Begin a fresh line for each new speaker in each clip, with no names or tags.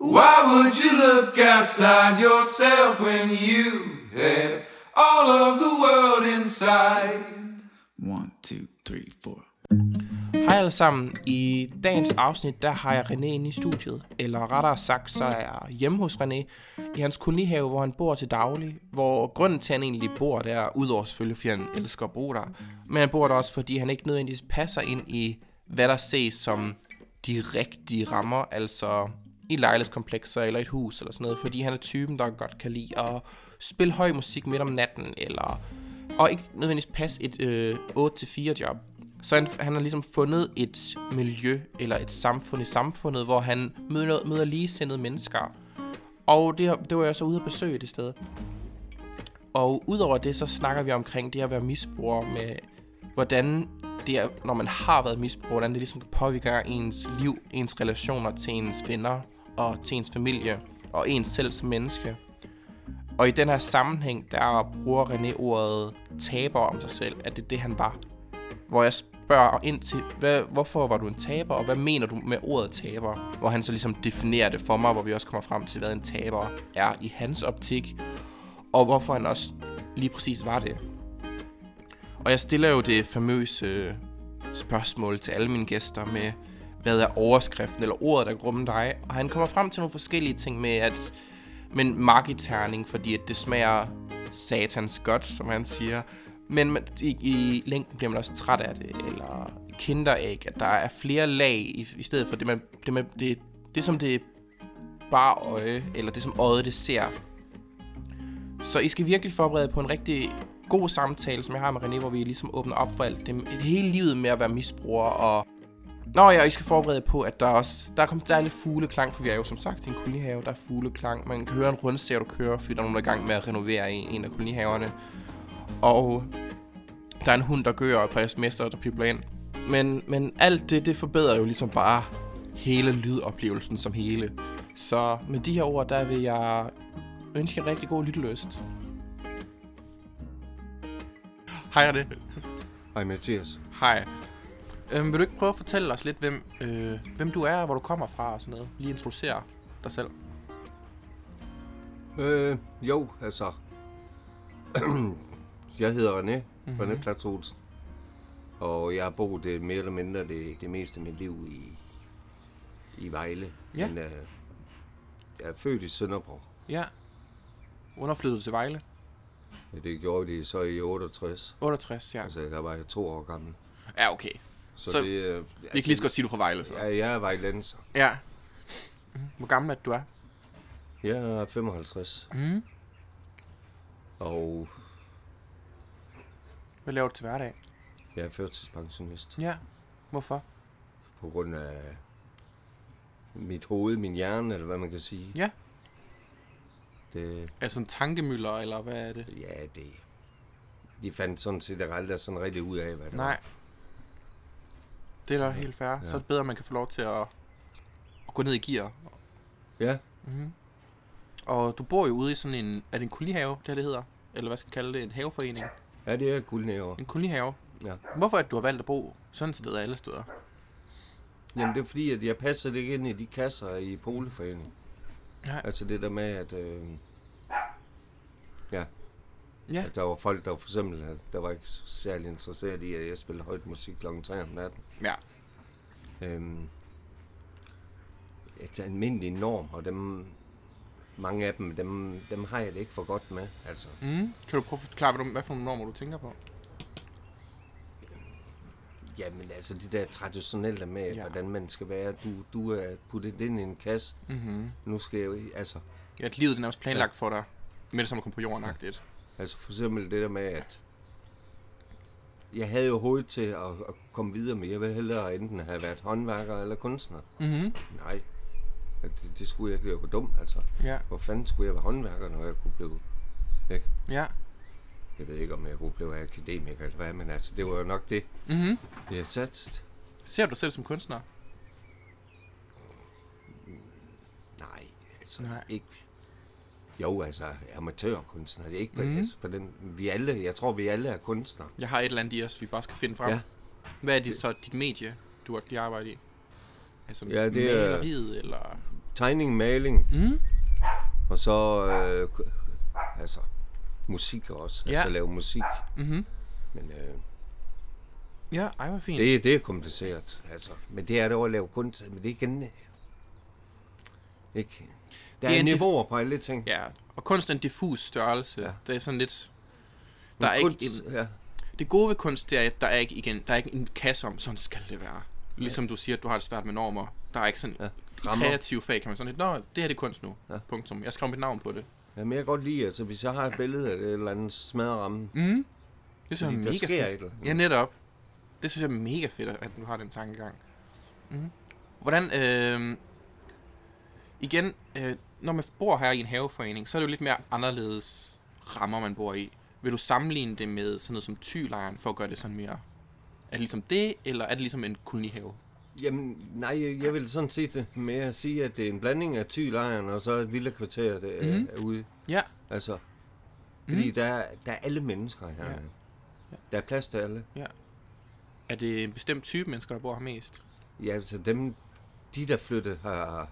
Why would you look outside yourself when you have all of the world inside?
One, two, three, four.
Hej alle sammen. I dagens afsnit, der har jeg René inde i studiet. Eller rettere sagt, så er jeg hjemme hos René i hans kolonihave, hvor han bor til daglig. Hvor grunden til, at han egentlig bor der, udover selvfølgelig, fordi han elsker at bo der. Men han bor der også, fordi han ikke nødvendigvis passer ind i, hvad der ses som de rigtige rammer. Altså i lejlighedskomplekser eller et hus eller sådan noget, fordi han er typen, der godt kan lide at spille høj musik midt om natten, eller og ikke nødvendigvis passe et øh, 8-4 job. Så han, han har ligesom fundet et miljø eller et samfund i samfundet, hvor han møder, møder ligesindede mennesker. Og det, det var jeg så ude at besøge det sted. Og udover det, så snakker vi omkring det at være misbruger med, hvordan det er, når man har været misbruger, hvordan det ligesom påvirker ens liv, ens relationer til ens venner og til ens familie og ens selv som menneske. Og i den her sammenhæng, der bruger René ordet taber om sig selv, at det er det, han var. Hvor jeg spørger ind til, hvad, hvorfor var du en taber, og hvad mener du med ordet taber? Hvor han så ligesom definerer det for mig, hvor vi også kommer frem til, hvad en taber er i hans optik, og hvorfor han også lige præcis var det. Og jeg stiller jo det famøse spørgsmål til alle mine gæster med, hvad er overskriften eller ordet, der rummer dig? Og han kommer frem til nogle forskellige ting med, at men markiterning, fordi at det smager satans godt, som han siger. Men man- i, i længden bliver man også træt af det, eller kinderæg, at der er flere lag i, i stedet for det, man, det, man, det, det, som det bare øje, eller det, som øjet det ser, så I skal virkelig forberede jer på en rigtig god samtale, som jeg har med René, hvor vi ligesom åbner op for alt det, det hele livet med at være misbruger og... Nå ja, og I skal forberede jer på, at der er også... Der er, kommet, der er lidt fugleklang, for vi er jo som sagt i en kolonihave, der er fugleklang. Man kan høre en rundsav, du kører, fordi der er nogen, der er i gang med at renovere en, en af kolonihaverne. Og der er en hund, der gør og et par sms'er, der pipler ind. Men, men alt det, det forbedrer jo ligesom bare hele lydoplevelsen som hele. Så med de her ord, der vil jeg ønske jer en rigtig god lytteløst. Hej det.
Hej Mathias.
Hej. Øhm, vil du ikke prøve at fortælle os lidt, hvem, øh, hvem du er, og hvor du kommer fra og sådan noget? Lige introducere dig selv.
Øh, jo, altså. jeg hedder René,
Mhm.
mm-hmm. René Platz Olsen. Og jeg har boet øh, mere eller mindre det, det meste af mit liv i, i Vejle.
Ja.
Men øh, jeg er født i Sønderborg.
Ja. Underflyttet til Vejle.
Ja, Det gjorde de så i 68.
68, ja.
Altså, der var jeg to år gammel.
Ja, okay.
Så,
Så
det, øh, altså,
Vi kan lige så godt sige, du er fra Vejle, så.
Ja, jeg er vejlenser.
Ja. Mhm. Hvor gammel er du er?
Jeg er 55. Mm.
Mhm.
Og
Hvad laver du til hverdag?
jeg er førtidspensionist.
Ja. Hvorfor?
på grund af mit hoved, min hjerne, eller hvad man kan sige.
Ja.
Det,
Er det sådan tankemøller, eller hvad er det?
ja, det... De fandt sådan set aldrig sådan rigtig ud af, hvad det
Nej. Det er da helt fair. Ja. Så er det bedre, at man kan få lov til at, at gå ned i gear.
var. Ja,
Og du bor jo ude i sådan en... Er det en kolonihave, det her det hedder? Eller hvad skal vi kalde det? En haveforening?
ja det er guldnæver.
En kolonihave?
Ja.
Hvorfor er det, du har valgt at bo sådan et sted af alle steder?
Jamen, det er fordi, at jeg passer det ikke ind i de kasser i Poleforeningen.
Nej.
Altså det der med, at... Øh, ja,
Ja.
at der var folk, der for eksempel, at der var ikke særlig interesseret i, at jeg spillede højt musik kl. 3 om natten.
Ja.
øhm, et almindeligt norm, og dem, mange af dem, dem, dem har jeg det ikke for godt med. Altså,
Mm. Kan du prøve at forklare, hvad, du, hvad for nogle normer du tænker på?
jamen altså det der traditionelle med,
Ja.
ja. hvordan man skal være. Du, du er puttet ind i en kasse.
Mhm.
Nu skal jeg jo i- altså,
Ja, at livet det er nærmest planlagt for dig, med det samme at komme på jorden -agtigt.
altså for eksempel det der med, at jeg havde jo hovedet til at, at komme videre med. Jeg ville hellere enten have været håndværker eller kunstner.
Mhm.
Nej, At det, det skulle jeg ikke. Jeg var dum, altså.
Ja.
Hvor fanden skulle jeg være håndværker, når jeg kunne blive... Ikke?
Ja.
Jeg ved ikke, om jeg kunne blive akademiker eller hvad, men altså, det var jo nok det,
Mhm.
jeg satte.
Ser du dig selv som kunstner?
Nej, altså,
Nej.
Nej. ikke... Jo, altså, amatørkunstner, det er ikke mm. altså, på den... Vi alle, jeg tror, vi alle er kunstnere.
Jeg har et eller andet i os, vi bare skal finde frem.
Ja.
Hvad er det så dit medie, du har lige arbejdet i? Altså
Ja, det er-
maleriet, eller...
tegning, maling. Mm. Og så, øh, k- altså, musik også.
Ja.
Ja. Altså lave musik. Mm-hmm. Men øh,
Ja, ej, hvor fint.
det, det er kompliceret, altså. Men det er det over at lave kunst, men det er igen... øh, Ikke? Der
Det
er,
er en dif-
niveauer på alle ting.
Ja, og kunst er en diffus størrelse. Ja.
Ja.
Det er sådan lidt... Der er
kunst,
ikke en,
ja.
det gode ved kunst, det er, at der er ikke, igen, der er ikke en kasse om, sådan skal det være. Ligesom du siger, at du har det svært med normer. Der er ikke sådan ja.
Ja. Rammer.
kreativ fag, kan man sådan lidt, nå, det her det er kunst nu. Ja. Punktum. Jeg skrev mit navn på det.
Jamen, jeg kan godt lide, altså, hvis jeg har et billede af et eller andet smadramme, mm.
Det synes jeg er
der
mega
sker
fedt.
et eller andet.
Ja, netop. Det synes jeg er mega fedt, at du har den tankegang. Mm.
Mhm.
Hvordan, øh, igen, øh, når man bor her i en haveforening, så er det jo lidt mere anderledes rammer, man bor i. Vil du sammenligne det med sådan noget som tylejren, for at gøre det sådan mere? Er det ligesom det, eller er det ligesom en kolonihave?
jamen, nej, jeg- jeg vil sådan set det med at sige, at det er en blanding af tylejren og så et vildt kvarter der, mm. ude.
Ja,
Altså, fordi der, er- der er alle mennesker her.
Ja.
Ja. Der er plads til alle.
ja. Er det en bestemt type mennesker, der bor her mest?
Ja, altså dem, de der flyttede her,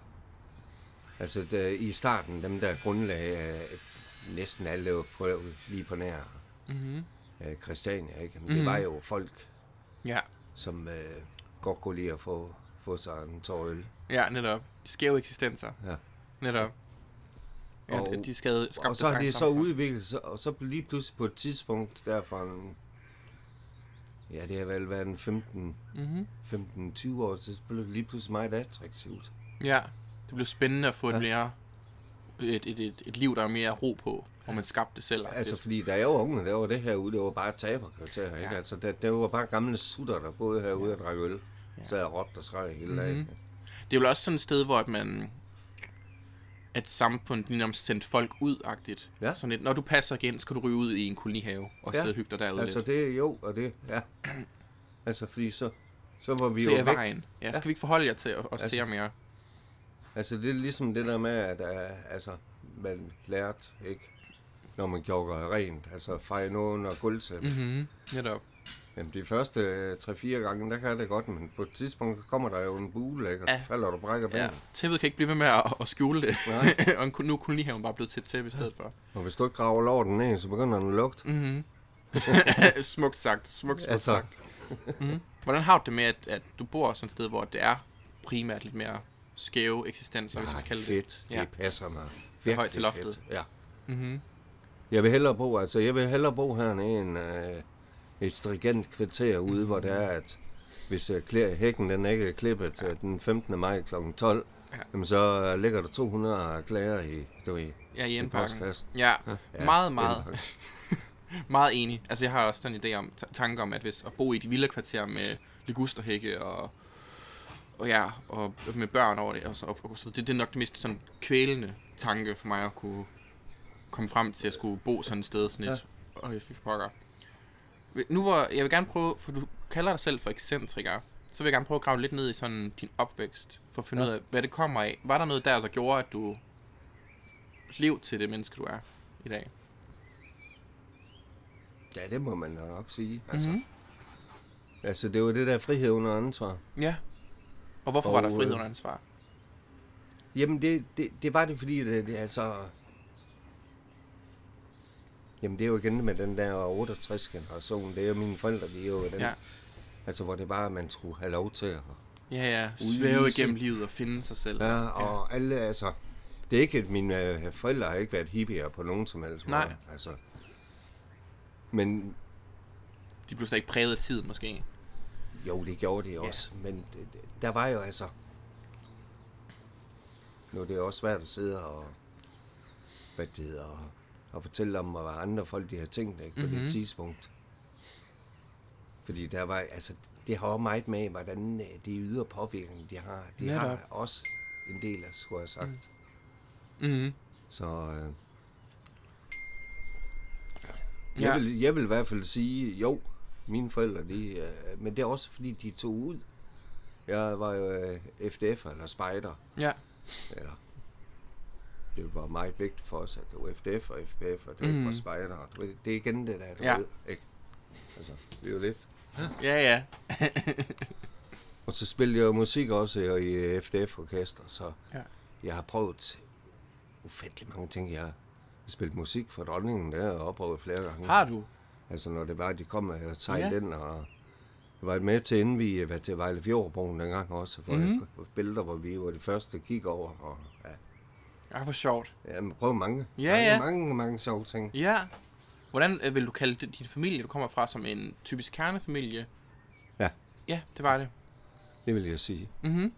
altså der, i starten, dem der grundlagde øh, næsten alle på, lige på nær mm-hmm. Christiania, ikke? Men mm-hmm. det var jo folk,
Ja,
som øh, godt kunne lide at få, få sig en tår øl.
ja netop. De skæve eksistenser.
Ja.
Netop. Ja,
Og-
og, de skabte, skabte
Og så har
sig
det så
sammen.
udviklet sig, og så lige pludselig på et tidspunkt derfra, en- ja, det har vel været en 15,
Mhm.
15-20 år, så blev det lige pludselig meget attraktivt.
Ja, det blev spændende at få et mere et, et, et, et liv, der er mere ro på, hvor man skabte det selv.
Altså, fordi da jeg var unge, der var det herude, det var bare taberkvarter, ikke?
Ja.
Altså, der, der var bare gamle sutter, der boede herude og drak øl. Så jeg råbte og skreg hele dagen.
det er vel også sådan et sted, hvor at man at samfundet ligesom sendte folk ud-agtigt.
Ja.
Sådan lidt, når du passer ikke ind, så kan du ryge ud i en kolonihave og
Ja.
sidde og hygge dig derude
Altså,
lidt.
det er jo, og det, ja. Altså, fordi så, så var vi
Så
jo
er
væk.
vejen. Ja, skal vi ikke forholde jer til os altså, til jer mere?
Altså, det er ligesom det der med, at uh, altså, man lærte, ikke? Når man gjorde rent, altså feje noget under gulvsæt. Mm.
Mm-hmm. Netop.
Jamen, de første øh, 3-4 gange, der kan jeg det godt, men på et tidspunkt kommer der jo en bule, ikke? Og
Ja.
ja. falder du og brækker
Ja.
benet.
Tæppet kan ikke blive ved med at, at skjule det.
Mm. Nej.
og en- nu er kolonihaven bare blevet til et tæppe i stedet for.
Og hvis du ikke graver lorten ned, så begynder den at lugte. Mm.
smukt sagt. Smukt, smukt
Altså,
Mhm. sagt. Hvordan har du det med, at, at du bor sådan et sted, hvor det er primært lidt mere skæve eksistenser, hvis man
Nej,
skal kalde
Ah, fedt. Det
Ja.
ja. passer mig.
er højt
Virkelig
til loftet.
fedt. Ja. Mm-hmm. Jeg vil hellere bo, altså jeg vil hellere bo hernede end øh, et strigent kvarter ude, hvor det er, at hvis øh, klæ- hækken den ikke er klippet ja. den 15. maj kl. 12, ja. jamen, så øh, ligger der 200 klager i, du ved.
Ja, i indpakken.
postkassen.
Ja, ja,
Ja,
meget, meget,
indpakken.
meget enig. Altså, jeg har også sådan en idé om, t- tanke om, at hvis at bo i et villakvarter med ligusterhække og, og ja, og med børn over det, og, så- og, og så, det, det er nok det mest sådan kvælende tanke for mig at kunne komme frem til at skulle bo sådan et sted, sådan et, ja. og fy for pokker. Nu hvor, jeg vil gerne prøve, for du kalder dig selv for ekscentriker, så vil jeg gerne prøve at grave lidt ned i sådan din opvækst, for at finde ja. ud af, hvad det kommer af. Var der noget der, der gjorde, at du blev til det menneske, du er i dag?
Ja, det må man da nok sige. Altså, mm-hmm. altså det var det der frihed under ansvar.
Ja. Og hvorfor og, var der
Og,
frihed
øh,
under ansvar?
Jamen, det, det, det var det, fordi det, det altså... Jamen, det er jo igen med den der 68-generation. Det er jo mine forældre, de er jo den...
Ja.
Ja. Altså, hvor det var, at man skulle have lov til at...
Ja, ja. Svæve
Udvise.
igennem livet og finde sig selv.
Ja, og ja. alle, altså... Det er ikke, at mine øh, forældre har ikke været hippier på nogen som helst
Nej.
måde. Altså, men
De blev slet ikke præget af tiden, måske.
Jo, det gjorde de også, ja. men det- det- der var jo altså... Nu er det jo også svært at sidde og, hvad det hedder, og, og fortælle om, hvad andre folk de har tænkt ikke, på mm-hmm. det tidspunkt. Fordi der var, altså, det har jo meget med, hvordan øh, de ydre påvirkninger, de har. De
Netop.
har også en del af, skulle jeg have sagt. Mm.
Mhm.
Så øh,
Ja.
jeg, vil, jeg vil i hvert fald sige, jo, mine forældre, de, øh, men det er også fordi, de tog ud. Jeg var jo øh, FDF eller spejder.
Ja.
Eller, det var meget vigtigt for os, at det var FDF og FPF, og det ikke var spejder. og du ved, Det er igen det der, du
Ja.
ja. ved. Ikke? Altså, det er jo lidt.
Ja, ja.
øh, Og så spillede jeg jo musik også i, i FDF-orkester, så
Ja.
ja. Jeg har prøvet ufattelig mange ting. Jeg har spillet musik for dronningen der og oplevet flere gange.
Har du?
Altså når det var, at de kom og
Ja.
sejlede ja. ind og jeg var med til at indvige hvad til Vejle Fjordbroen dengang også, for
Mhm.
mm-hmm. billeder, hvor vi var det første, der gik over. Og, ja,
Ja, hvor sjovt.
ja men prøv mange,
Ja,
mange,
ja.
mange, mange sjove ting.
Ja. Hvordan øh, vil du kalde det, din familie, du kommer fra, som en typisk kernefamilie?
Ja.
Ja, det var det.
Det vil jeg sige.
Mhm.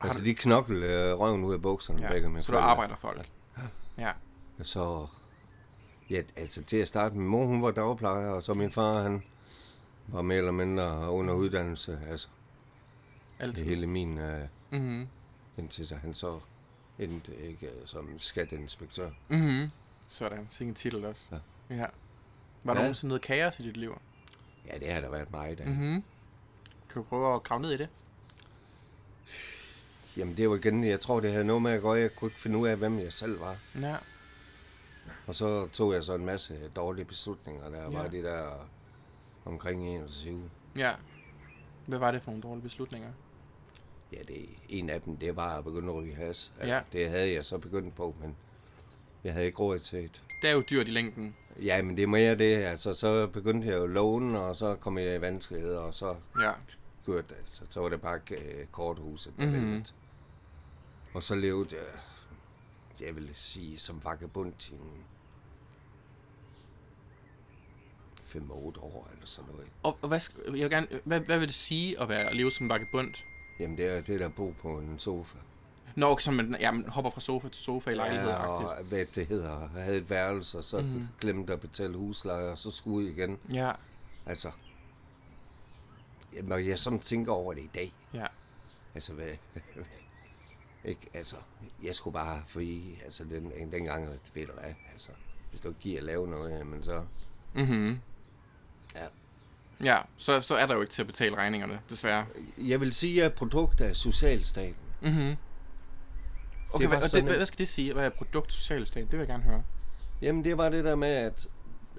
Altså, de knokkel øh, røven ud af bukserne ja. begge
Ja.
mine
Så du
forældre.
arbejder folk. Ja.
Og Så, ja, altså til at starte, min mor hun var dagplejer, og så min far han var mere eller mindre under uddannelse. Altså det
Altid.
hele min, øh,
Mhm.
indtil så han så endte ikke øh, som skatinspektør.
Mhm. Sådan. Sikke en titel også. Ja. ja. Var der
Ja.
nogensinde noget kaos i dit liv?
Ja, det har der været meget af. Mm.
Mhm. Kan du prøve at grave ned i det?
Jamen det var igen, jeg tror det havde noget med at gøre, jeg kunne ikke finde ud af, hvem jeg selv var.
Ja.
Og så tog jeg så en masse dårlige beslutninger, der
Ja.
var det der omkring 21.
Ja. Hvad var det for nogle dårlige beslutninger?
Ja, det, en af dem, det var at begynde at ryge has.
Ja.
Det havde jeg så begyndt på, men jeg havde ikke råd til det.
Det er jo dyrt i længden.
Ja, men det er mere det. Altså, så begyndte jeg jo at låne, og så kom jeg i vanskeligheder, og så
Ja.
kørte det. Altså, så var det bare øh, korthuset, der mm-hmm. væltede. Og så levede jeg, jeg vil sige, som vagabund i en 5-8 år eller sådan noget.
Og, og hvad, sk- jeg vil gerne, hvad, hvad vil det sige at, være, at leve som vagabond?
Jamen, det er det, der bo på en sofa.
Nå, okay, så man jamen, hopper fra sofa til sofa i lejlighed.
Ja,
Ja,
og hvad det hedder. Jeg havde et værelse, og så mm-hmm. glemte at betale husleje, og så skulle jeg ud igen.
ja,
Altså, jamen, når jeg sådan tænker over det i dag,
ja.
Altså, hvad, ikke, altså, jeg skulle bare have fri, altså, den, dengang, ved du hvad, altså, hvis du ikke giver at lave noget, jamen, så,
Mhm.
ja.
Ja, så, så er der jo ikke til at betale regningerne, desværre.
Jeg vil sige, at jeg er et produkt af socialstaten.
Mhm. Okay,
Det
hvad,
var
og det,
sådan
hvad,
en-
hvad skal det sige? Hvad er produkt socialstat? Det vil jeg gerne høre.
Jamen, det var det der med, at,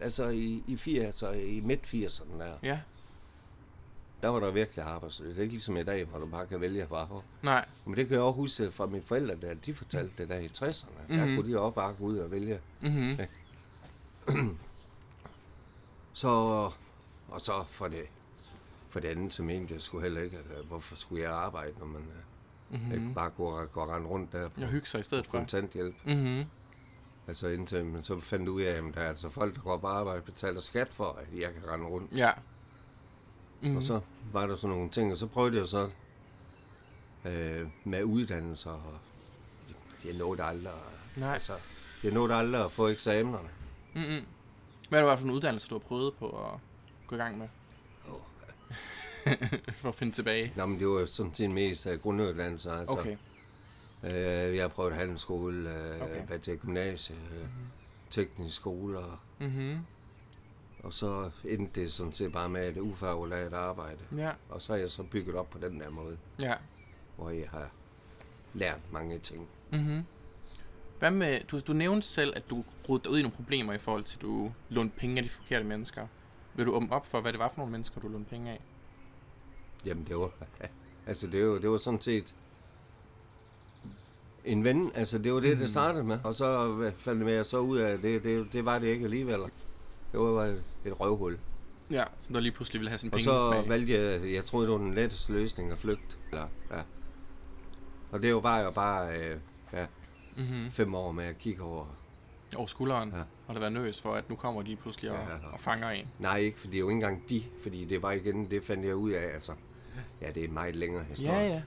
altså, i, i 80'erne, i midt 80'erne der,
Ja,
der var der virkelig arbejdsløs. Det er ikke ligesom i dag, hvor du bare kan vælge bare.
nej.
Men det kan jeg også huske fra mine forældre, der de fortalte det der i 60'erne. Mm-hmm. Der kunne de også bare gå ud og vælge
Mhm.
Så, og så for det, for det andet, så mente jeg skulle heller ikke, at øh, hvorfor skulle jeg arbejde, når man mm-hmm. ikke bare går, går rende rundt der på
Mhm. Jeg hygger sig i stedet for.
kontanthjælp.
Mhm.
Altså indtil, men så fandt jeg ud af, at der er altså folk, der går på arbejde og betaler skat for, at jeg kan rende rundt.
Ja.
Mm-hmm. Og så var der sådan nogle ting, og så prøvede jeg så øh, med uddannelser, og jeg nåede aldrig, at-
Nej.
altså, jeg nåede aldrig at få eksamenerne.
Mhm. Hvad er det bare for en uddannelse, du har prøvet på at gå i gang med?
Åh.
for at finde tilbage.
Nå, men det var jo sådan set mest uh, grunduddannelser, altså.
Okay.
Øh, jeg har prøvet handelsskole, øh,
Okay.
okay. været til gymnasie, øh, teknisk skole, og,
Mhm.
og så endte det sådan set bare med et ufaglært arbejde.
Ja,
Og så har jeg så bygget op på den der måde,
ja.
hvor jeg har lært mange ting.
Mhm. Hvad med, du, du nævnte selv, at du rodede dig ud i nogle problemer i forhold til, at du lånte penge af de forkerte mennesker. Vil du åbne op for, hvad det var for nogle mennesker, du lånte penge af?
Jamen, det var, altså, det var, det var sådan set en ven, altså det var det, det startede med. Og så øh, fandt jeg så ud af, at det, det, det var det ikke alligevel. Det var bare et røvhul.
Ja, som der lige pludselig ville have sine
Og
penge
så
tilbage.
valgte jeg, jeg troede, det var den letteste løsning at flygte. Eller, ja. Og det var jo bare øh, ja,
Mhm.
fem år med at kigge over.
Over skulderen, ja.
Ja.
og der var nervøs for, at nu kommer de lige pludselig og, ja,
Ja,
ja.
ja.
og fanger en.
Nej, ikke, fordi det er jo ikke engang de, fordi det var igen, det fandt jeg ud af, altså. Ja, det er en meget længere historie.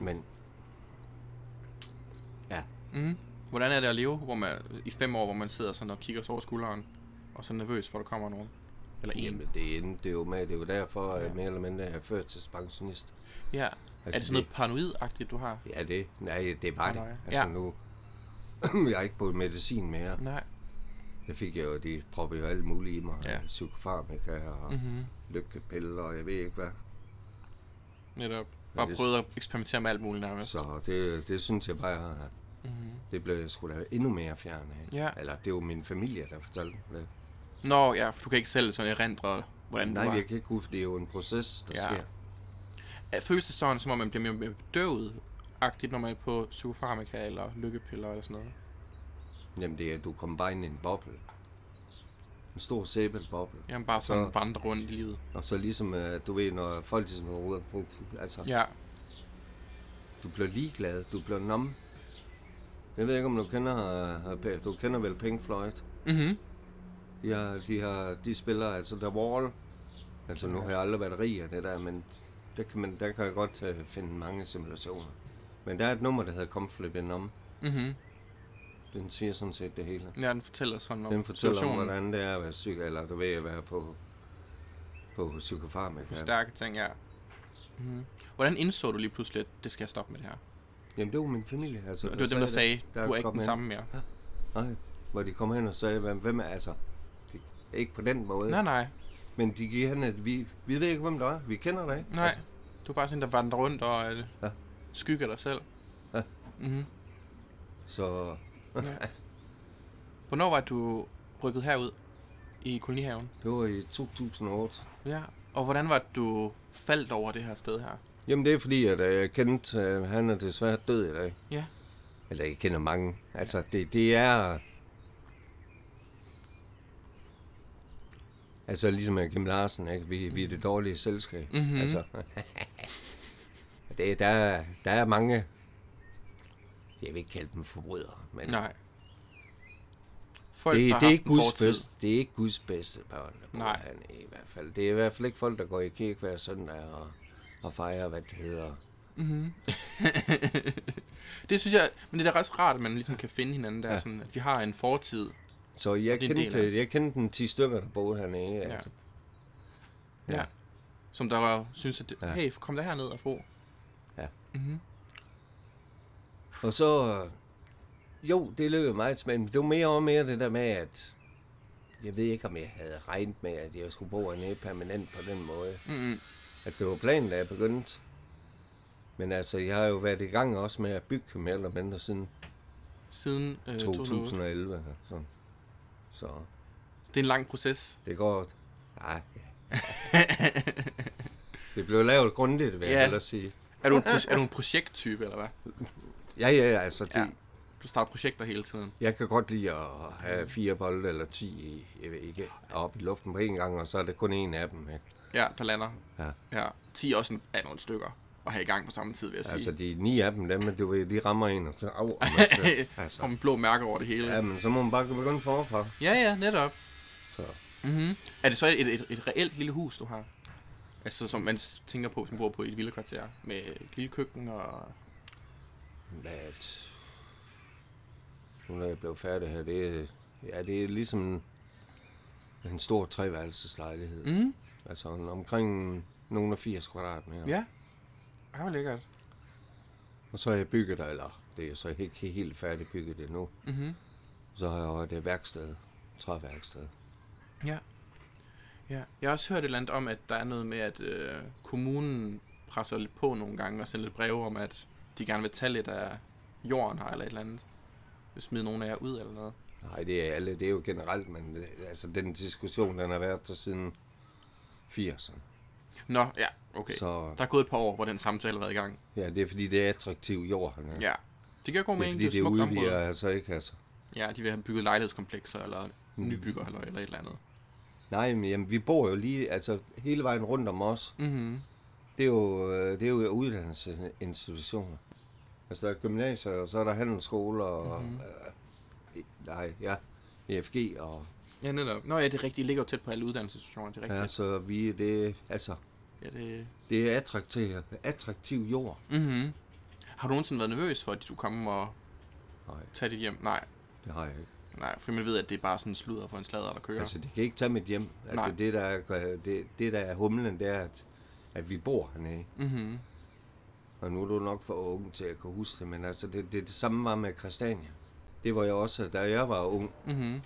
Men, ja,
Mhm. Hvordan er det at leve hvor man, i fem år, hvor man sidder sådan og kigger sig over skulderen, og så er nervøs for, at der kommer nogen? Eller en?
jamen, det endte det er jo med, det er jo derfor, at
Ja.
jeg mere eller mindre er førtidspensionist.
Ja. er det sådan noget
Altså, det-
paranoid-agtigt, du har?
Ja, det, nej, det var det.
Halløj.
Altså
Ja.
nu, jeg er ikke på medicin mere.
Nej.
Jeg fik jo, de proppede jo alt muligt i mig.
Ja.
Ja. Psykofarmika og
Mhm.
mm-hmm. lykkepiller, og jeg ved ikke hvad.
Netop. Bare
det-
prøvet at eksperimentere med alt muligt nærmest.
Så det, det synes jeg bare, at mm-hmm. det blev jeg sgu da endnu mere fjern af.
Mhm. Ja.
Eller det var min familie, der fortalte mig det.
Nå, ja, for du kan ikke selv sådan erindre, hvordan
Nej,
du var.
jeg kan ikke huske, det er jo en proces, der
Ja.
ja. sker.
Er- Føles det sådan, som om man bliver mere bedøvet agtigt når man er på psykofarmaka eller lykkepiller eller sådan noget.
Jamen det er, at du kom bare ind i en boble. En stor sæbelboble.
Jamen bare sådan
Så-
så... vandre rundt i livet.
Og så ligesom, øh, du ved, når folk ligesom... Altså,
Ja,
Du bliver ligeglad. Du bliver nom. Jeg ved ikke, om du kender... øh, Du kender vel Pink Floyd?
Mhm.
De, har, de, har, de spiller altså The Wall. Altså, nu har jeg aldrig været rig af det der, men der kan, man, der kan jeg godt øh, finde mange simulationer. Men der er et nummer, der hedder Come Flippin' Om.
mhm.
Den siger sådan set det hele.
Ja, den fortæller sådan om
Den fortæller om,
situationen.
hvordan det er at være syg, eller du ved at være på, på psykofarmaka.
På stærke ting, ja. Mm-hmm. Hvordan indså du lige pludselig, at det skal jeg stoppe med det her?
Jamen, det var min familie. Altså,
Det var dem, der sagde, du er ikke
kom
den
hen-
samme mere.
Nej, hvor de kom hen og sagde, hvem, hvem er altså... De, ikke på den måde,
Nej,
nej.
nej,
men de gik hen, at vi, vi ved ikke, hvem der er. Vi kender dig ikke.
nej. Du er bare sådan, der vandrer rundt og øh,
Ja.
skygger dig selv.
Ja.
Mm-hmm.
Så
Ja. Hvornår var du rykket herud i kolonihaven?
det var i 2008.
Ja. Og hvordan var det, du faldt over det her sted her?
Jamen, det er fordi, at øh, jeg kendte... Øh, han er desværre død i dag.
Ja.
Eller jeg kender mange. Altså, det, det er... Altså, ligesom med Kim Larsen, ikke? Vi, vi er det dårlige selskab.
Mhm.
Altså, det, der, er- der er mange... Jeg vil ikke kalde dem forbrydere, men
Nej. Folk,
det,
der
det,
har haft
er ikke
en
Guds
fortid.
bedste, det er ikke Guds bedste børn, der bor
Nej.
hernede i hvert fald. Det er i hvert fald ikke folk, der går i kirke hver søndag og, og fejrer, hvad det hedder.
Det synes jeg, men det er da ret rart, at man ligesom kan finde hinanden der, ja. sådan, at vi har en fortid.
Så jeg
Det er en del af os.
kendte, jeg kendte den 10 stykker, der boede hernede.
Ja.
Altså.
Ja. ja. Som der var, synes, at det, ja.
Ja.
hey, kom der herned og få.
Og så... øh, Jo, det løb meget smalt, men det var mere og mere det der med, at... Jeg ved ikke, om jeg havde regnet med, at jeg skulle bo hernede permanent på den måde.
Mm-hmm.
Altså, det var planen, da jeg begyndte. Men altså, jeg har jo været i gang også med at bygge mere eller mindre siden
Siden øh, 2000.
2011. Så, så
Det er en lang proces.
det går... Nej. det blev lavet grundigt, vil jeg
Ja.
ja. hellere sige.
Er du en, pro- er du en projekttype, eller hvad?
Ja, ja, altså, det,
Ja.
ja.
Du starter projekter hele tiden.
Jeg kan godt lide at have fire bolde eller ti i, jeg ved ikke, op i luften på en gang, og så er det kun en af dem. Ikke?
Ja, der lander.
Ja.
ja. 10 er også en, er nogle stykker at have i gang på samme tid, vil jeg sige.
Altså,
Altså,
de ni af dem, dem er- du ved, de rammer en, og så af, og man skal,
altså. Og
altså.
med blå mærker over det hele.
Ja, men så må man bare begynde forfra.
ja, ja netop.
Så.
Mm-hmm. Er det så et, et, et reelt lille hus, du har? Altså, som man s- tænker på, hvis man bor på et villakvarter med et lille køkken og...
But, nu når jeg blev færdig her, det, er- ja, det er ligesom en, en stor treværelseslejlighed.
Mm,
Altså en- omkring nogle 80 kvadratmeter.
ja. Ej, hvor lækkert.
Og så har jeg bygget der, eller det er så ikke helt færdigt bygget endnu.
Mm-hmm.
Så har jeg jo det værksted, træværksted.
Ja. ja. Jeg har også hørt et eller andet om, at der er noget med, at øh, kommunen presser lidt på nogle gange og sender lidt breve om, at de gerne vil tage lidt af jorden her eller et eller andet. Smide nogle af jer ud eller noget.
Nej, det er alle, det er jo generelt, men øh, altså den diskussion, den har været der siden 80'erne.
Nå, ja, okay. Så.
Så
Der er gået et par år, hvor den samtale har været i gang.
ja, det er fordi, det er attraktiv jord hernede.
Ja. Det giver god
Det er
mening,
fordi,
det er,
det
et smukt område.
udvider altså ikke, altså.
Ja, de vil have bygget lejlighedskomplekser eller nybygger eller, eller et eller andet.
Nej, men jamen, vi bor jo lige, altså hele vejen rundt om os.
Mm-hmm.
Det er jo, øh, det er jo uddannelsesinstitutioner. Altså der er gymnasier, og så er der handelsskoler, og
Mhm.
mm-hmm. øh, nej, ja, EFG, og
Ja, netop. Nå ja, det er rigtigt. I ligger jo tæt på alle uddannelsesinstitutioner, det er
ja,
rigtigt.
så vi, det, altså,
Ja, det...
det er attraktiv, attraktiv jord.
Mm-hmm. Har du nogensinde været nervøs for, at de skulle komme og
Nej,
tage dit hjem? Nej,
det har jeg ikke.
nej, fordi man ved, at det er bare sådan en sludder for en sladder, der kører.
Altså, det kan ikke tage mit hjem. Altså,
Nej.
det der, er- det, det, der er humlen, det er, at, at vi bor hernede.
Mm-hmm.
Og nu er du nok for ung til at kunne huske det, men altså, det, det, det samme var med Christiania. Det var jeg også, da jeg var ung,
Mm-hmm.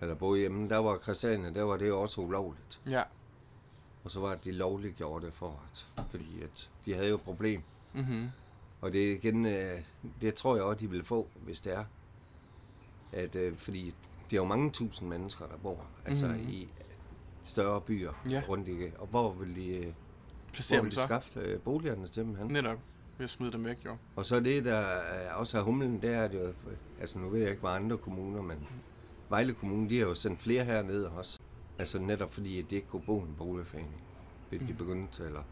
eller boede hjemme, der var Christiania, der var det også ulovligt.
Ja.
Og så var det, de lovliggjorde det for, at, fordi at de havde jo et problem.
Mm-hmm.
Og det er igen, øh, det tror jeg også, de vil få, hvis det er. At, øh, fordi det er jo mange tusind mennesker, der bor altså
Mhm.
mm-hmm. i større byer
Ja.
rundt i. Og hvor vil de, øh,
Placerer
hvor
dem
vil de
så.
skaffe øh, boligerne til dem? Han?
Netop. ved at smide dem væk, jo.
Og så det, der øh, også er humlen, det er, at jo, altså nu ved jeg ikke, hvor andre kommuner, men Vejle Kommune, de har jo sendt flere herned også. Altså netop fordi, at de ikke kunne bo i en boligforening. Fordi de begyndte, eller,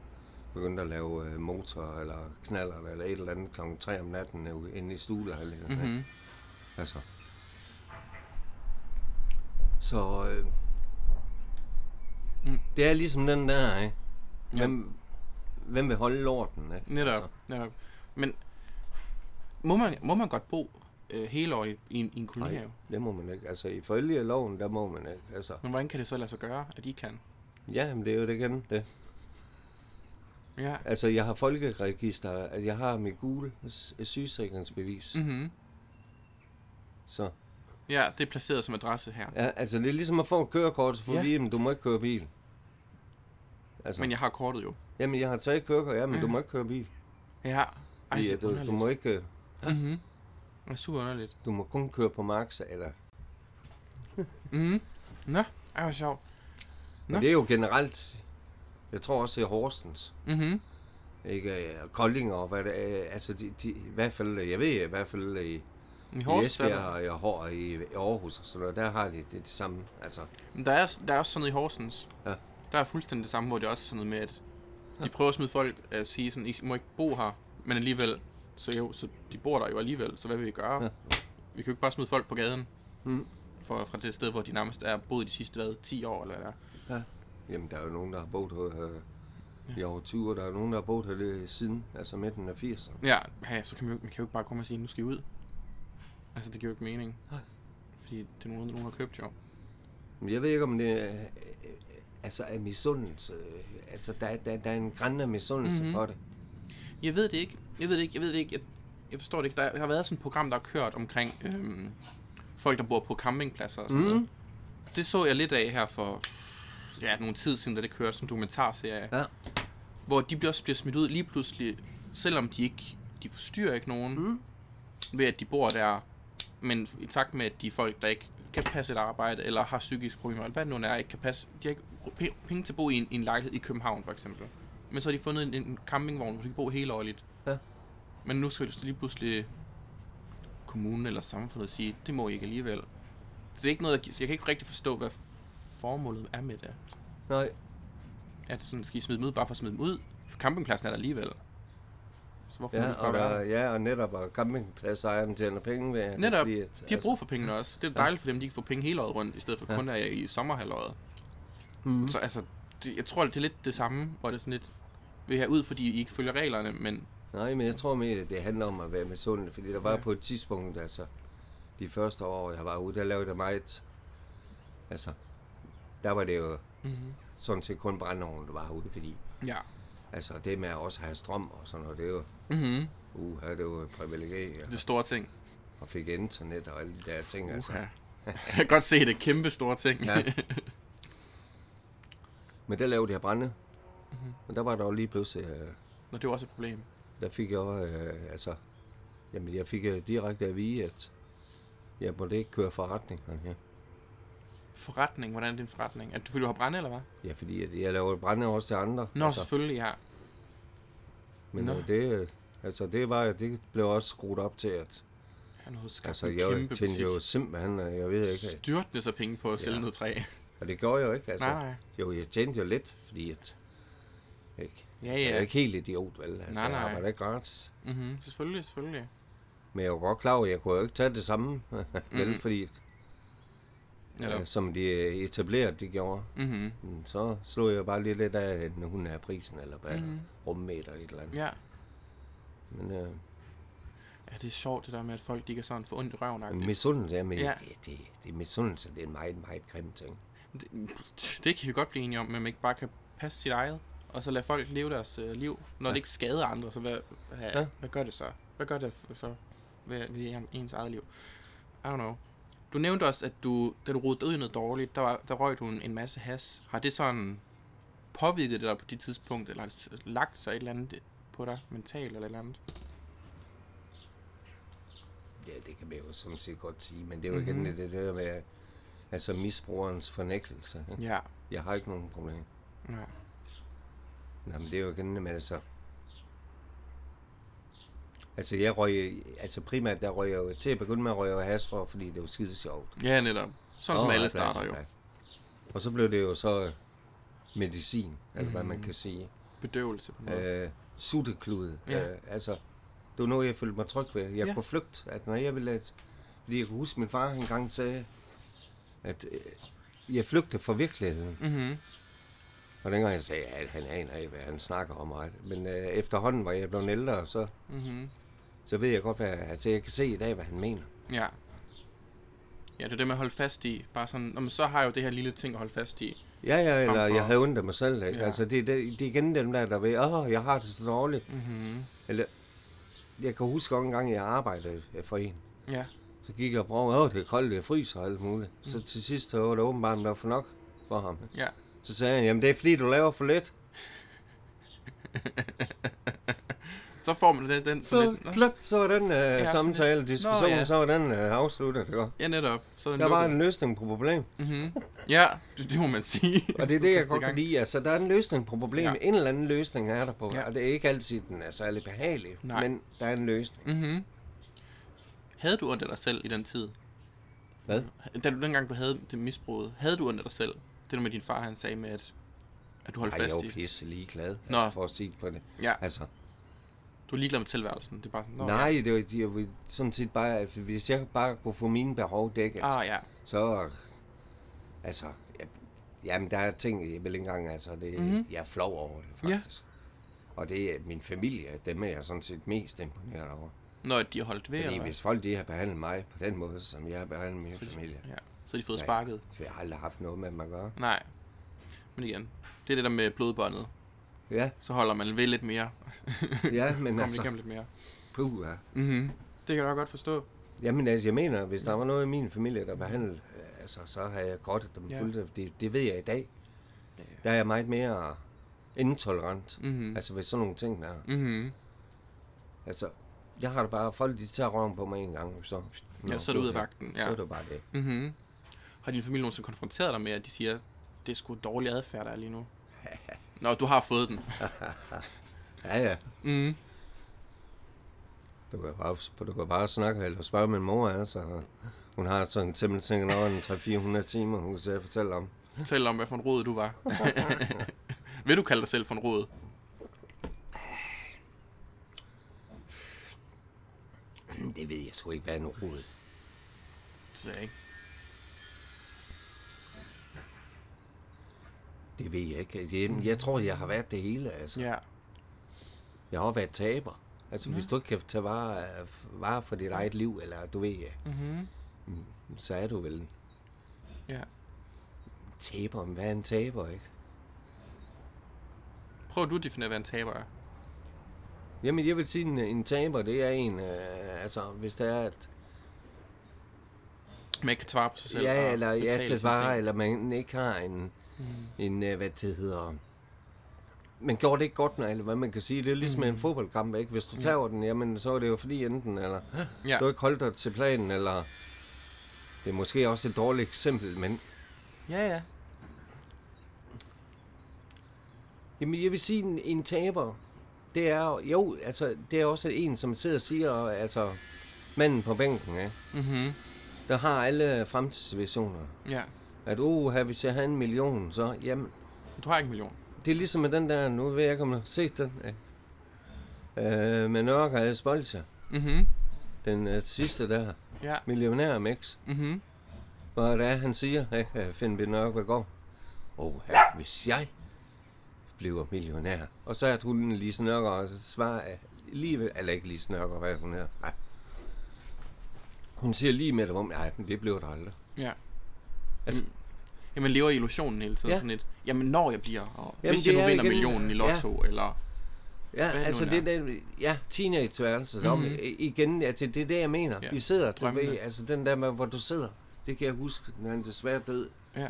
begyndte at lave øh, motor eller knaller eller et eller andet kl. 3 om natten øh, inde i stuelejligheden. Mm-hmm. Altså. Så øh, mm. det er ligesom den der, ikke? Hvem, hvem vil holde lorten, ikke?
Netop, altså. netop. Men må man, må man godt bo øh, hele året i, i, en, i en kolonihave?
Nej, det må man ikke. Altså, ifølge loven, der må man ikke. Altså,
Men hvordan kan det så lade sig gøre, at I kan?
ja, men det er jo det igen, det.
Ja.
Altså, jeg har folkeregister, at jeg har mit gule s- sygesikringsbevis, mm.
Mm-hmm.
så...
ja, det er placeret som adresse her.
Ja, altså, det er ligesom at få et kørekort, så får
Ja.
ja. du må ikke køre bil. Altså,
Men
men...
jeg har kortet jo.
jamen, jeg har taget kørekort, ja, men du må ikke køre bil.
Ja. Ej,
Fordi,
det
ja,
er
du, du,
underligt.
må ikke, øh,
Mm-hmm. Det er super underligt.
du må kun køre på Maxa, eller...
Mm-hmm. Nå, ej, hvor sjovt. Nå.
Men det er jo generelt, jeg tror også, det er Horsens.
Mm-hmm.
Ikke? Og Kolding og hvad det er. Altså, de, de, i hvert fald, øh, jeg ved i hvert fald, øh, i,
I
I
Horsens er
Esbjerg
der,
og i Hår og i Aarhus og sådan noget, der har de det, det samme. Altså,
Men der, er, der er også sådan noget i Horsens.
Ja.
Der er fuldstændig det samme, hvor det også er sådan noget med, at de prøver at smide folk at sige sådan, I må ikke bo her, men alligevel, så jo, så de bor der jo alligevel, så hvad vil vi gøre? Ja. Vi kan jo ikke bare smide folk på gaden.
Mm.
For, fra det sted, hvor de nærmest er boet de sidste, hvad, 10 år eller der.
jamen, der er jo nogen, der har boet her øh, i over 20 år. Der er jo nogen, der har boet her lige siden, altså midten af 80'erne.
Ja, ja så kan man, jo, man kan jo ikke bare komme og sige, nu skal I ud. Altså, det giver jo ikke mening.
Nej.
Fordi det er nogen, nogen har købt jo.
Men jeg ved ikke, om det er, øh, øh, altså, er misundelse. øh, Altså, der, er- der, der er en græn af misundelse
Mhm.
mm-hmm. for det.
Jeg ved det ikke. Jeg ved det ikke. Jeg ved det ikke. Jeg, jeg forstår det ikke. Der, der har været sådan et program, der har kørt omkring øhm, folk, der bor på campingpladser og sådan mm. noget. Det så jeg lidt af her for ja, nogle tid siden, da det kørte som dokumentarserie.
Ja.
Hvor de bliver også bliver smidt ud lige pludselig, selvom de ikke de forstyrrer ikke nogen mm. ved, at de bor der. Men i takt med, at de er folk, der ikke kan passe et arbejde, eller har psykiske problemer, eller hvad det nu er, ikke kan passe, de har ikke pe- penge til at bo i en, i en lejlighed i København, for eksempel. Men så har de fundet en, en campingvogn, hvor de kan bo hele årligt.
Ja.
Men nu skal det lige pludselig kommunen eller samfundet sige, det må I ikke alligevel. Så det er ikke noget, der, gi- så jeg kan ikke rigtig forstå, hvad formålet er med det.
Nej,
At sådan, skal I smide dem ud, bare for at smide dem ud? For campingpladsen er der alligevel. Så hvorfor må de
ja,
ikke bare
og,
være
der,
der?
ja, og netop, og campingpladsejeren tjener penge ved. at-
Netop.
Altså, fordi
De
at,
har brug for pengene også. Det er dejligt for dem, de kan få penge hele året rundt, i stedet for kun at være i sommerhalvåret.
Mhm.
Så altså, det, jeg tror, det er lidt det samme, hvor det er sådan lidt, vil her ud, fordi I ikke følger reglerne, men
Nej, men jeg tror mere, at det handler om at være misundelig, fordi der var ja. på et tidspunkt, altså de første år, jeg var ude, der lavede jeg meget, altså, der var det jo
Mhm.
mm-hmm. sådan set kun brændeovnen, der var ude, fordi
ja.
altså det med at også have strøm og sådan noget, det er jo,
Mm-hmm.
uh, det er jo et privilegie,
Det er store ting.
og fik internet og alle de der ting, uh-huh. altså.
Ja. Jeg kan godt se, det er kæmpe store ting.
Ja. Men der lavede jeg brænde, mm-hmm. men der var der jo lige pludselig, øh,
Nå, det er jo også et problem.
der fik jeg jo, øh, altså, jamen jeg fik øh, direkte at vide, at jeg måtte ikke køre forretningerne her.
Forretning, hvordan er din forretning? Er det fordi, du har brænde, eller hvad?
Ja, fordi at jeg laver brænde også til andre.
Nå, altså, selvfølgelig, ja.
men
nå.
øh, det, øh, altså, det, var, jo- det blev også skruet op til, at
Han har skabt
altså,
altså, en
jeg
kæmpe
tænkte
butik.
jo simpelthen, øh, jeg ved ikke, at-
Styrtende sig penge på at sælge
Ja.
noget træ.
og det gjorde jeg jo ikke. Altså,
Nej, nej.
Jo, jeg tjente jo lidt, fordi at, ikke?
Ja,
altså, jeg er
ja.
ikke helt idiot, vel? Altså,
Nej,
jeg
nej.
arbejder ikke gratis.
Mm-hmm. Selvfølgelig, selvfølgelig.
Men jeg var godt klar over, at jeg kunne jo ikke tage det samme, vel? Mm. Fordi, at,
Eller,
øh, som de øh, etablerede, de gjorde.
mm-hmm.
Men Så slog jeg bare lige lidt af en hund af prisen, eller hvad,
Mm-hmm.
mm. rummeter eller et eller andet.
ja.
Men, øh,
ja, det er sjovt det der med, at folk de kan sådan få ondt i røven.
Men
agtigt.
misundelse, jamen,
Ja.
ja. det, det, det, misundelse, det er en meget, meget grim ting.
Det, det kan vi godt blive enige om, men man ikke bare kan passe sit eget, og så lade folk leve deres øh, liv. Når ja. det ikke skader andre, så hvad, hvad, ja.
Ja.
hvad gør det så? Hvad gør det f- så ved, ved en- ens eget liv? I don't know. Du nævnte også, at du, da du rodede ud i noget dårligt, der, var, der røg du en, en masse has. Har det sådan påvirket dig på det tidspunkt, eller har det s- lagt sig et eller andet på dig mentalt eller et eller andet?
Ja, det kan man jo som set godt sige, men det er jo
Mhm.
igen mm-hmm. det der med, altså misbrugerens fornækkelse. ikke?
Ja.
Jeg har ikke nogen problem.
ja.
Nej, men det er jo igen det med, altså, Altså, jeg røg, altså primært, der røg jeg jo- til at begynde med, røg jeg jo Hasbro, fordi det var skide sjovt.
Ja, netop. Sådan oh, som
Og
alle
bla,
starter
bla,
jo.
bla. Og så blev det jo så øh, medicin, eller hvad
Mhm.
man kan sige.
Bedøvelse på noget.
Øh, sutteklud.
Ja.
Øh, altså, det var noget, jeg følte mig tryg ved. Jeg
Ja.
ja. kunne flygte, at når jeg ville... At, fordi jeg kunne huske, min far engang sagde, at øh, jeg flygtede fra virkeligheden.
Mhm.
Og dengang jeg sagde, at han aner ikke, hvad han snakker om. og alt. Men øh, efterhånden var jeg blevet ældre, så,
Mhm.
så ved jeg godt, hvad... Altså, jeg kan se i dag, hvad han mener.
Ja. Ja, det er det med at holde fast i. Bare sådan, "Nå, men så har jeg jo det her lille ting at holde fast i.
Ja, ja, eller
for-
jeg havde ondt af mig selv. Ikke?
Ja.
Ja. Altså, det, er det, det er igen dem der, der ved, åh, jeg har det så dårligt.
Mhm.
Eller, jeg kan huske også en gang, jeg arbejdede for en.
Ja.
Så gik jeg og prøvede, åh, det er koldt, det fryser og alt muligt. Så
Mm.
til sidst så var det åbenbart, der var for nok for ham.
Ja.
Så sagde han, jamen det er fordi, du laver for lidt.
Så får man det, den så
Så,
lidt. Nå.
klap, så var den øh, ja,
sådan
samtale, diskussion,
Nå, ja.
ja. så var den øh, afsluttet. Ikke?
Ja, netop. Så er den
Der var
lukket.
en løsning på problemet,
Mhm. Ja, det, det, må man sige.
og det er det, jeg
Første
godt kan
gang.
lide. Altså, der er en løsning på problemet.
Ja.
Ja. En eller anden løsning er der på,
Ja.
ja. og det er ikke altid, den er særlig behagelig,
Nej.
men der er en løsning.
Mhm. Havde du ondt af dig selv i den tid?
Hvad?
Da du dengang du havde det misbruget, havde du ondt af dig selv? Det der med din far, han sagde med, at, at du holdt
Ej, jeg
fast
er jo
i.
pisse ligeglad,
Nå.
altså, for at sige det på det.
Ja,
Altså,
du er ligeglad med tilværelsen. Det er bare sådan, "Nå,
nej, det var, jeg vil sådan set bare, at hvis jeg bare kunne få mine behov dækket,
Ja. Ah, ja.
så, altså, jeg, jamen, der er ting, jeg vil ikke engang, altså, det, mm-hmm. jeg er flov over det,
Mhm. Ja.
faktisk. Og det er min familie, dem er jeg sådan set mest imponeret over.
Når de har holdt ved,
Fordi
eller hvad?
hvis folk de har behandlet mig på den måde, som jeg har behandlet min familie,
Ja, så har de fået
Ja, ja.
sparket.
så jeg har aldrig haft noget med dem at gøre.
Nej. Men igen, det er det der med blodbåndet.
Ja,
Så holder man ved lidt mere.
ja men
Kommer altså.
altså,
igennem lidt mere.
puh, ja.
Mm-hmm. Det kan jeg godt forstå.
Jamen altså, jeg mener, hvis der var noget i min familie, der behandlede, øh, altså, så havde jeg godt, at dem
Ja.
ja. fulgte. Det, det ved jeg i dag. Der er jeg meget mere intolerant.
Mhm.
Altså, ved sådan nogle ting der.
Mm-hmm.
Altså, jeg har det bare, folk de tager røven på mig en gang, så...
Ja,
Nå,
så er du ude af
okay.
vagten. Ja.
Så er det bare det.
Mm-hmm. Har din familie nogensinde konfronteret dig med, at de siger, det er sgu dårlig adfærd, der er lige nu? Nå, du har fået den.
Ja, ja.
Mm.
Du kan bare, du kan bare snakke, eller spørge min mor, altså. Hun har sådan temmelig tænkt over en 300-400 timer, hun kan sidde og fortælle om.
Fortæl om, hvad for en rod du var. Vil du kalde dig selv for en rod?
Jamen, det ved jeg sgu ikke, hvad er en rod.
Det ved jeg ikke.
Det ved jeg ikke. Jeg, jeg tror, jeg har været det hele, altså.
Ja.
Jeg har også været taber. Altså, hvis du ikke kan tage vare, øh, vare for dit eget liv, eller du ved, Mm,
Mm-hmm.
så er du vel en
ja.
taber. Men hvad er en taber, ikke?
Prøv du at definere, hvad en taber er.
Jamen, jeg vil sige, en, en taber, det er en, øh, altså, hvis der er, at
Man ikke kan tage vare på sig selv.
ja,
og
eller ja,
betale
til
sine
vare,
ting.
eller man ikke har en, en øh, hvad det hedder, man gjorde det ikke godt, nok, eller hvad man kan sige. Det er ligesom mm. en fodboldkamp, ikke? Hvis du tager den, jamen, så er det jo fordi enten, eller
Ja.
du har ikke holdt dig til planen, eller det er måske også et dårligt eksempel, men
ja, ja.
Jamen, jeg vil sige, en, en taber, det er jo, altså, det er også en, som sidder og siger, altså, manden på bænken, ja,
Mm-hmm.
der har alle fremtidsvisioner.
Ja.
At, uh, her, hvis jeg havde en million, så, jamen,
Du har ikke en million.
det er ligesom med den der, nu ved jeg ikke, om du har set den, ja. øh, med Nørke og Espolsa,
Mm-hmm.
den øh, sidste der,
Ja.
millionær Mix,
Mm-hmm.
hvor det er, han siger, ja, øh, Finn B. Nørkegaard, åh, her, hvis jeg bliver millionær. Og så er hun lige snørker og svarer øh, lige eller ikke lige snørker, hvad hun hedder. Nej. Hun siger lige med det om, nej, men det blev der aldrig.
Ja.
Altså-
Jamen, man lever i illusionen hele tiden. Ja.
Ja.
Sådan et, jamen, når jeg bliver, og jamen,
Jamen,
hvis
det
jeg nu
er
vinder igen.
igen-
millionen i lotto, ja. eller...
Ja,
Hvad er det
altså
nu,
det der, ja, teenageværelset mm-hmm. om, i- igen, altså det er det, jeg mener.
Ja,
Vi sidder, du
drømmene.
ved, altså den der med, hvor du sidder, det kan jeg huske, når han desværre død.
Ja.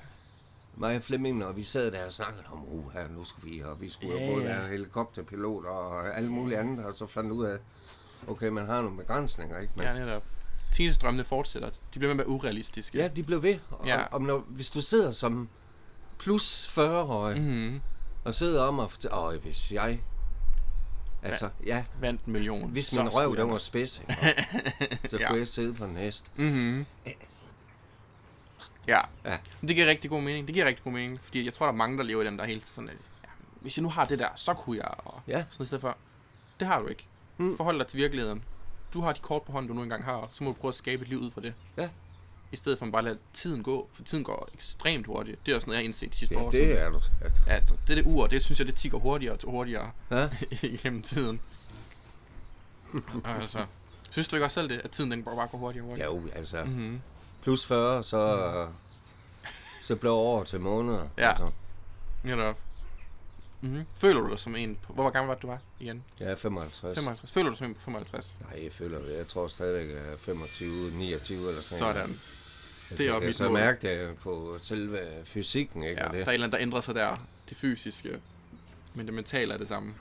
Mig og Flemming, og vi sad der og snakkede om, uh, her, nu skulle vi, og vi skulle
Ja,
ja, både
ja.
være helikopterpilot og alle mulige andre, og så fandt ud af, okay, man har nogle begrænsninger, ikke? Men,
Ja, netop. Tines drømmene fortsætter. De bliver ved med at være urealistiske.
ja, de blev ved. Og,
Ja.
ja. og når, hvis du sidder som plus 40-årig, mm.
Mm-hmm.
og sidder om og fortæller, åh, hvis jeg Altså, ja.
vandt en million.
Hvis
så
min røv,
skulle jeg
den var
nok-
spids, ikke? så
Ja. Mm.
kunne jeg sidde på en hest.
Ja.
Ja.
Men Det giver rigtig god mening. Det giver rigtig god mening, fordi jeg tror, der er mange, der lever i dem, der er hele tiden sådan, at ja, hvis jeg nu har det der, så kunne jeg, og
Ja.
sådan i stedet for. Det har du ikke. Mm. Forhold dig til virkeligheden. Du har de kort på hånden, du nu engang har, og så må du prøve at skabe et liv ud fra det.
Ja.
I stedet for at bare lade tiden gå, for tiden går ekstremt hurtigt. Det er også noget, jeg har indset de sidste
Ja,
år.
det er du.
Ja, altså, det er det ur, det synes jeg, det tigger hurtigere og hurtigere
Ja.
igennem tiden. altså, synes du ikke også selv det, at tiden den bare bare går hurtigere og hurtigere? Mhm,
Jo, altså.
Mm.
Plus 40, så, så blev over til måneder.
Ja.
Altså.
Netop. Mm-hmm. Føler du dig som en på... Hvor gammel var det, du var igen?
Jeg er 55.
55. Føler du dig som en på 55?
Nej, jeg føler det. Jeg tror stadigvæk, jeg er 25, 29 eller sådan
Sådan.
noget. Altså,
Det er
Jeg
jo
kan
mit
så
mål.
mærke det på selve fysikken, ikke?
Ja,
Og
der er
det.
et eller andet, der ændrer sig der. Det fysiske. Men det mentale er det samme.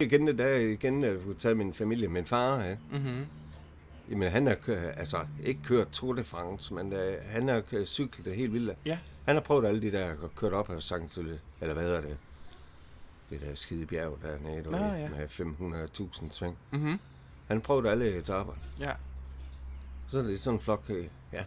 Igen, da jeg igen øh, kunne tage min familie, min far, ikke?
Mm-hmm.
Jamen, han har kø- altså, ikke kørt Tour de France, men øh, han har kø- cyklet det helt vildt.
Ja.
Han har prøvet alle de der, og kørt op af Sankt eller hvad hedder det? Det der skide bjerg dernede, du
Nå,
ved,
ja.
med 500.000 sving.
Mm-hmm.
Han prøvede alle etaper.
Ja.
Så er det sådan en flok, øh, ja.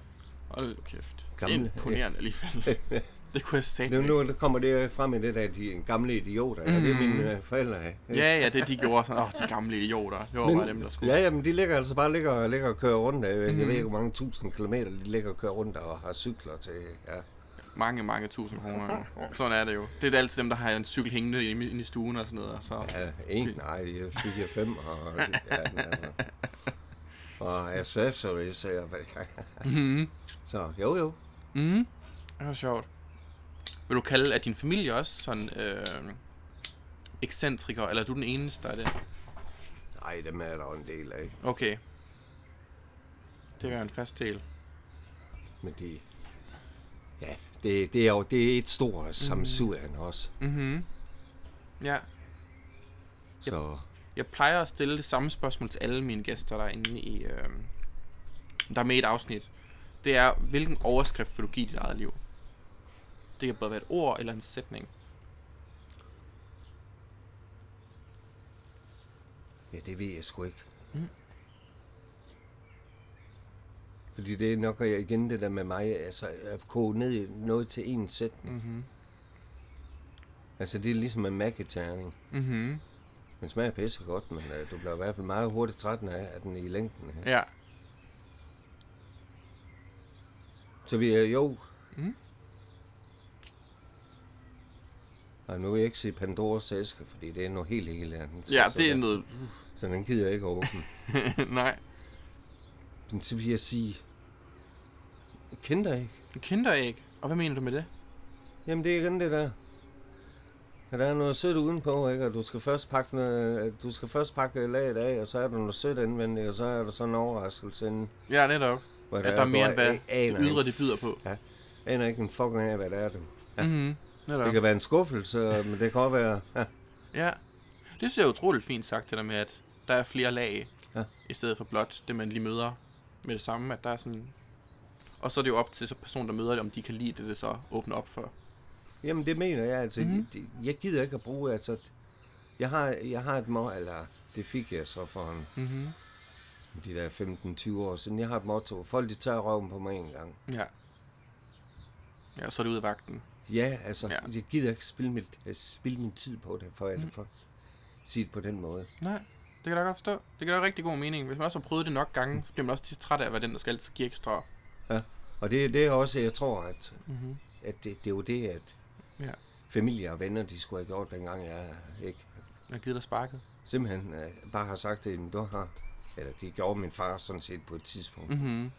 Hold nu kæft.
Gammel.
Imponerende alligevel. det kunne jeg sagt.
Nu, nu der kommer det frem i det der, de gamle idioter, mm. det er mine øh, forældre. ikke?
Ja, ja, det de gjorde sådan, åh, oh, de gamle idioter. Det var bare dem, der skulle.
Ja, jamen, de ligger altså bare ligger, ligger og kører rundt. Jeg, mm. jeg ved ikke, hvor mange tusind kilometer de ligger og kører rundt og har cykler til. Ja.
Mange, mange tusind kroner. jo. Sådan er det jo. Det er altid dem, der har en cykel hængende inde i- inde i stuen og sådan noget. Og så.
Ja, en, nej, de fik jeg fem, og, ja, den, altså. og accessories, så jeg
Mm-hmm.
Så jo, jo.
Mm. Det var sjovt. Vil du kalde, at din familie også sådan øh, ekscentriker, eller er du den eneste, der er det?
Nej, dem er der jo en del af,
Okay. Det er en fast del.
men de... Ja, det, det er jo det er et stort samsurian også,
Mhm. Ja.
så...
Jeg plejer at stille det samme spørgsmål til alle mine gæster, der er inde i... Øh, der er med i et afsnit. Det er, hvilken overskrift vil du give dit eget liv? Det kan både være et ord eller en sætning.
Ja, det ved jeg sgu ikke. Mm. Fordi det er nok øh, igen det der med mig, altså at koge ned i noget til én sætning. Mm-hmm. Altså det er ligesom en mækketerning.
Mhm.
Den smager pisse godt, men øh, du bliver i hvert fald meget hurtigt træt af af den i længden. Ja.
Ja.
Så vi er jo... Mm.
Mhm.
Og nu vil jeg ikke sige Pandoras æske, fordi det er noget helt, helt andet.
Ja,
Så
det er
den-
noget...
Så den gider jeg ikke åbne.
Nej.
Men så vil jeg sige... Kinder ikke.
Kinderæg. Og hvad mener du med det?
Jamen, det er igen det der. Ja, Der er noget sødt udenpå, ikke? Og du skal først pakke, noget, øh, du skal først pakke laget af, og så er der noget sødt indvendigt, og så er der sådan en overraskelse inden.
Ja, netop.
Hvor
At der er mere end hvad det ydre, det
det
byder på.
Ja, aner ikke en fucking af, hvad det er, du.
Ja. Mm-hmm. Netop.
Det kan være en skuffelse, men det kan også være... Ja,
Ja. Det synes jeg er utroligt fint sagt, det der med, at der er flere lag, ja.
Ja.
i stedet for blot det, man lige møder med det samme, at der er sådan... Og så er det jo op til så personen, der møder det, om de kan lide det, det så åbner op for.
jamen, det mener jeg, altså.
Mhm.
Mm. Jeg, jeg gider ikke at bruge, altså... Jeg har, jeg har et motto, eller det fik jeg så for en,
Mm-hmm.
de der 15-20 år siden. Jeg har et motto. Folk, de tager røven på mig en gang.
Ja. Ja, og så er det ud af vagten.
Ja, altså,
Ja. Mhm.
ja. jeg gider ikke spille, mit, øh, spille min tid på det, for at for at sige det på den måde.
Nej, det kan jeg da godt forstå. Det gør da rigtig god mening. Hvis man også har prøvet det nok gange, så bliver man også tit træt af at være den, der skal altid give ekstra.
Og det, det er også, jeg tror, at,
Mm-hmm.
at det, det er jo det, at
Ja.
familie og venner, de skulle have gjort, dengang jeg ikke
Jeg har givet dig sparket.
simpelthen øh, bare har sagt, at du har, eller det gjorde min far sådan set på et tidspunkt, mm.
Mm-hmm.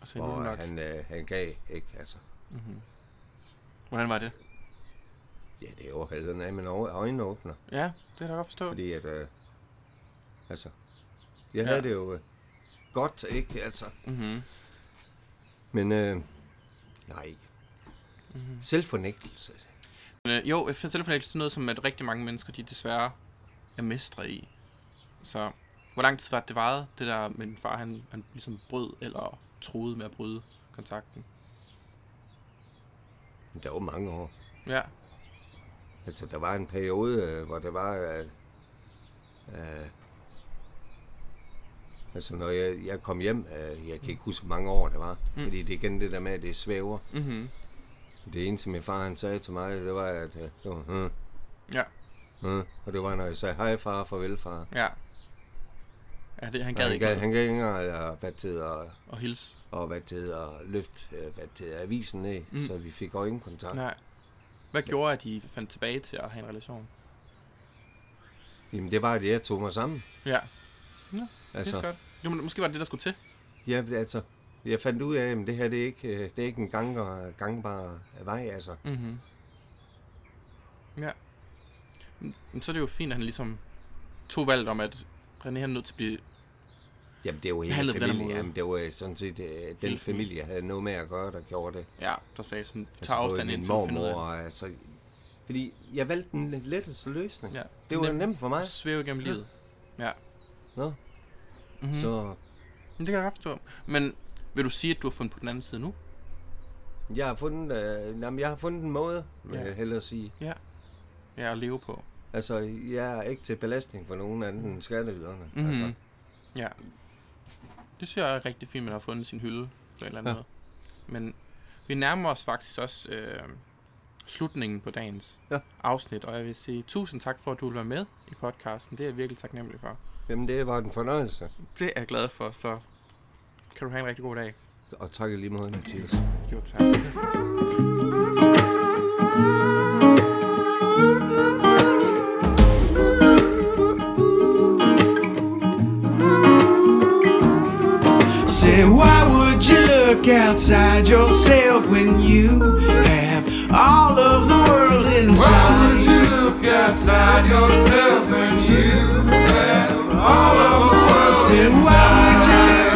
Og så er det
hvor
nu nok.
han, øh, han gav, ikke? Altså,
Hvordan var det?
ja, det er jo haderne af min øje- øjenåbner,
Ja, det kan jeg da godt forstå.
fordi at, øh, altså, jeg havde
Ja.
det jo øh, godt, ikke? Altså,
Mm-hmm.
Men øh, nej.
Mhm.
Mm-hmm. Selvfornægtelse.
Men, øh, jo, selvfornægtelse er noget, som at rigtig mange mennesker, de desværre er mestre i. Så hvor lang tid var det, det varede, det der med din far, han, han ligesom brød eller troede med at bryde kontakten?
Der var mange år.
Ja,
Altså, der var en periode, øh, hvor der var... Øh, Altså, når jeg, jeg kom hjem, øh, jeg kan ikke huske, hvor mange år det var. Mm. Fordi det er igen det der med, at det svæver.
Mm-hmm.
Det eneste, min far han sagde til mig, det var, at øh, det var, øh,
Ja,
øh. og det var, når jeg sagde, hej far, farvel far.
ja. Ja, det, han
Og
gad
han,
ikke
gad,
noget
han gad ikke engang, eller, hvad det hedder,
at hilse.
og hvad det hedder, løft, øh, hvad det hedder, avisen ned, mm. så vi fik øjenkontakt.
Nej. Hvad gjorde, at I fandt tilbage til at have en relation?
Jamen, det var, at jeg tog mig sammen.
Ja, det
Altså,
er godt. Jo, men måske var det det, der skulle til.
ja, altså, jeg fandt ud af, at det her det er ikke, øh, det er ikke en gangbar, gangbar vej, altså.
Mm-hmm. Ja. Men så er det jo fint, at han ligesom tog valget om, at René han er nødt til at blive...
Jamen, det var hele
Behandlet på den her
familien.
måde.
Jamen, det var øh, sådan set, øh, den
Hele
familie jeg havde noget med at gøre, der gjorde det.
Ja, der sagde sådan,
Altså,
tager
både
afstand
min
indtil vi finder ud af
mormor, altså, fordi jeg valgte den letteste løsning.
Ja.
Det var
Nem-
nemt for mig.
det. Svæve gennem livet. Ja.
Nå. Mm-hmm.
Mhm.
Så
Men det kan jeg godt forstå. Men vil du sige, at du har fundet på den anden side nu?
jeg har fundet, øh, jamen, jeg har fundet en måde, vil
Ja.
jeg hellere sige.
Ja. Ja, at leve på.
Altså, jeg er ikke til belastning for nogen anden end skatteyderne. Mm-hmm. Altså,
Mhm. Ja. Det synes jeg er rigtig fint, at man har fundet sin hylde på en eller anden ja. måde. Men vi nærmer os faktisk også øh, slutningen på dagens
Ja.
ja. afsnit, og jeg vil sige tusind tak for, at du vil være med i podcasten. Det er jeg virkelig taknemmelig for.
jamen, det var en fornøjelse.
Det er jeg glad for, så kan du have en rigtig god dag.
Og tak i lige måde, Mathias.
Jo, tak.
Say, why would you look outside yourself when you have all of the world
Why would
inside?
you look outside yourself when you have all of the world
Say, why would you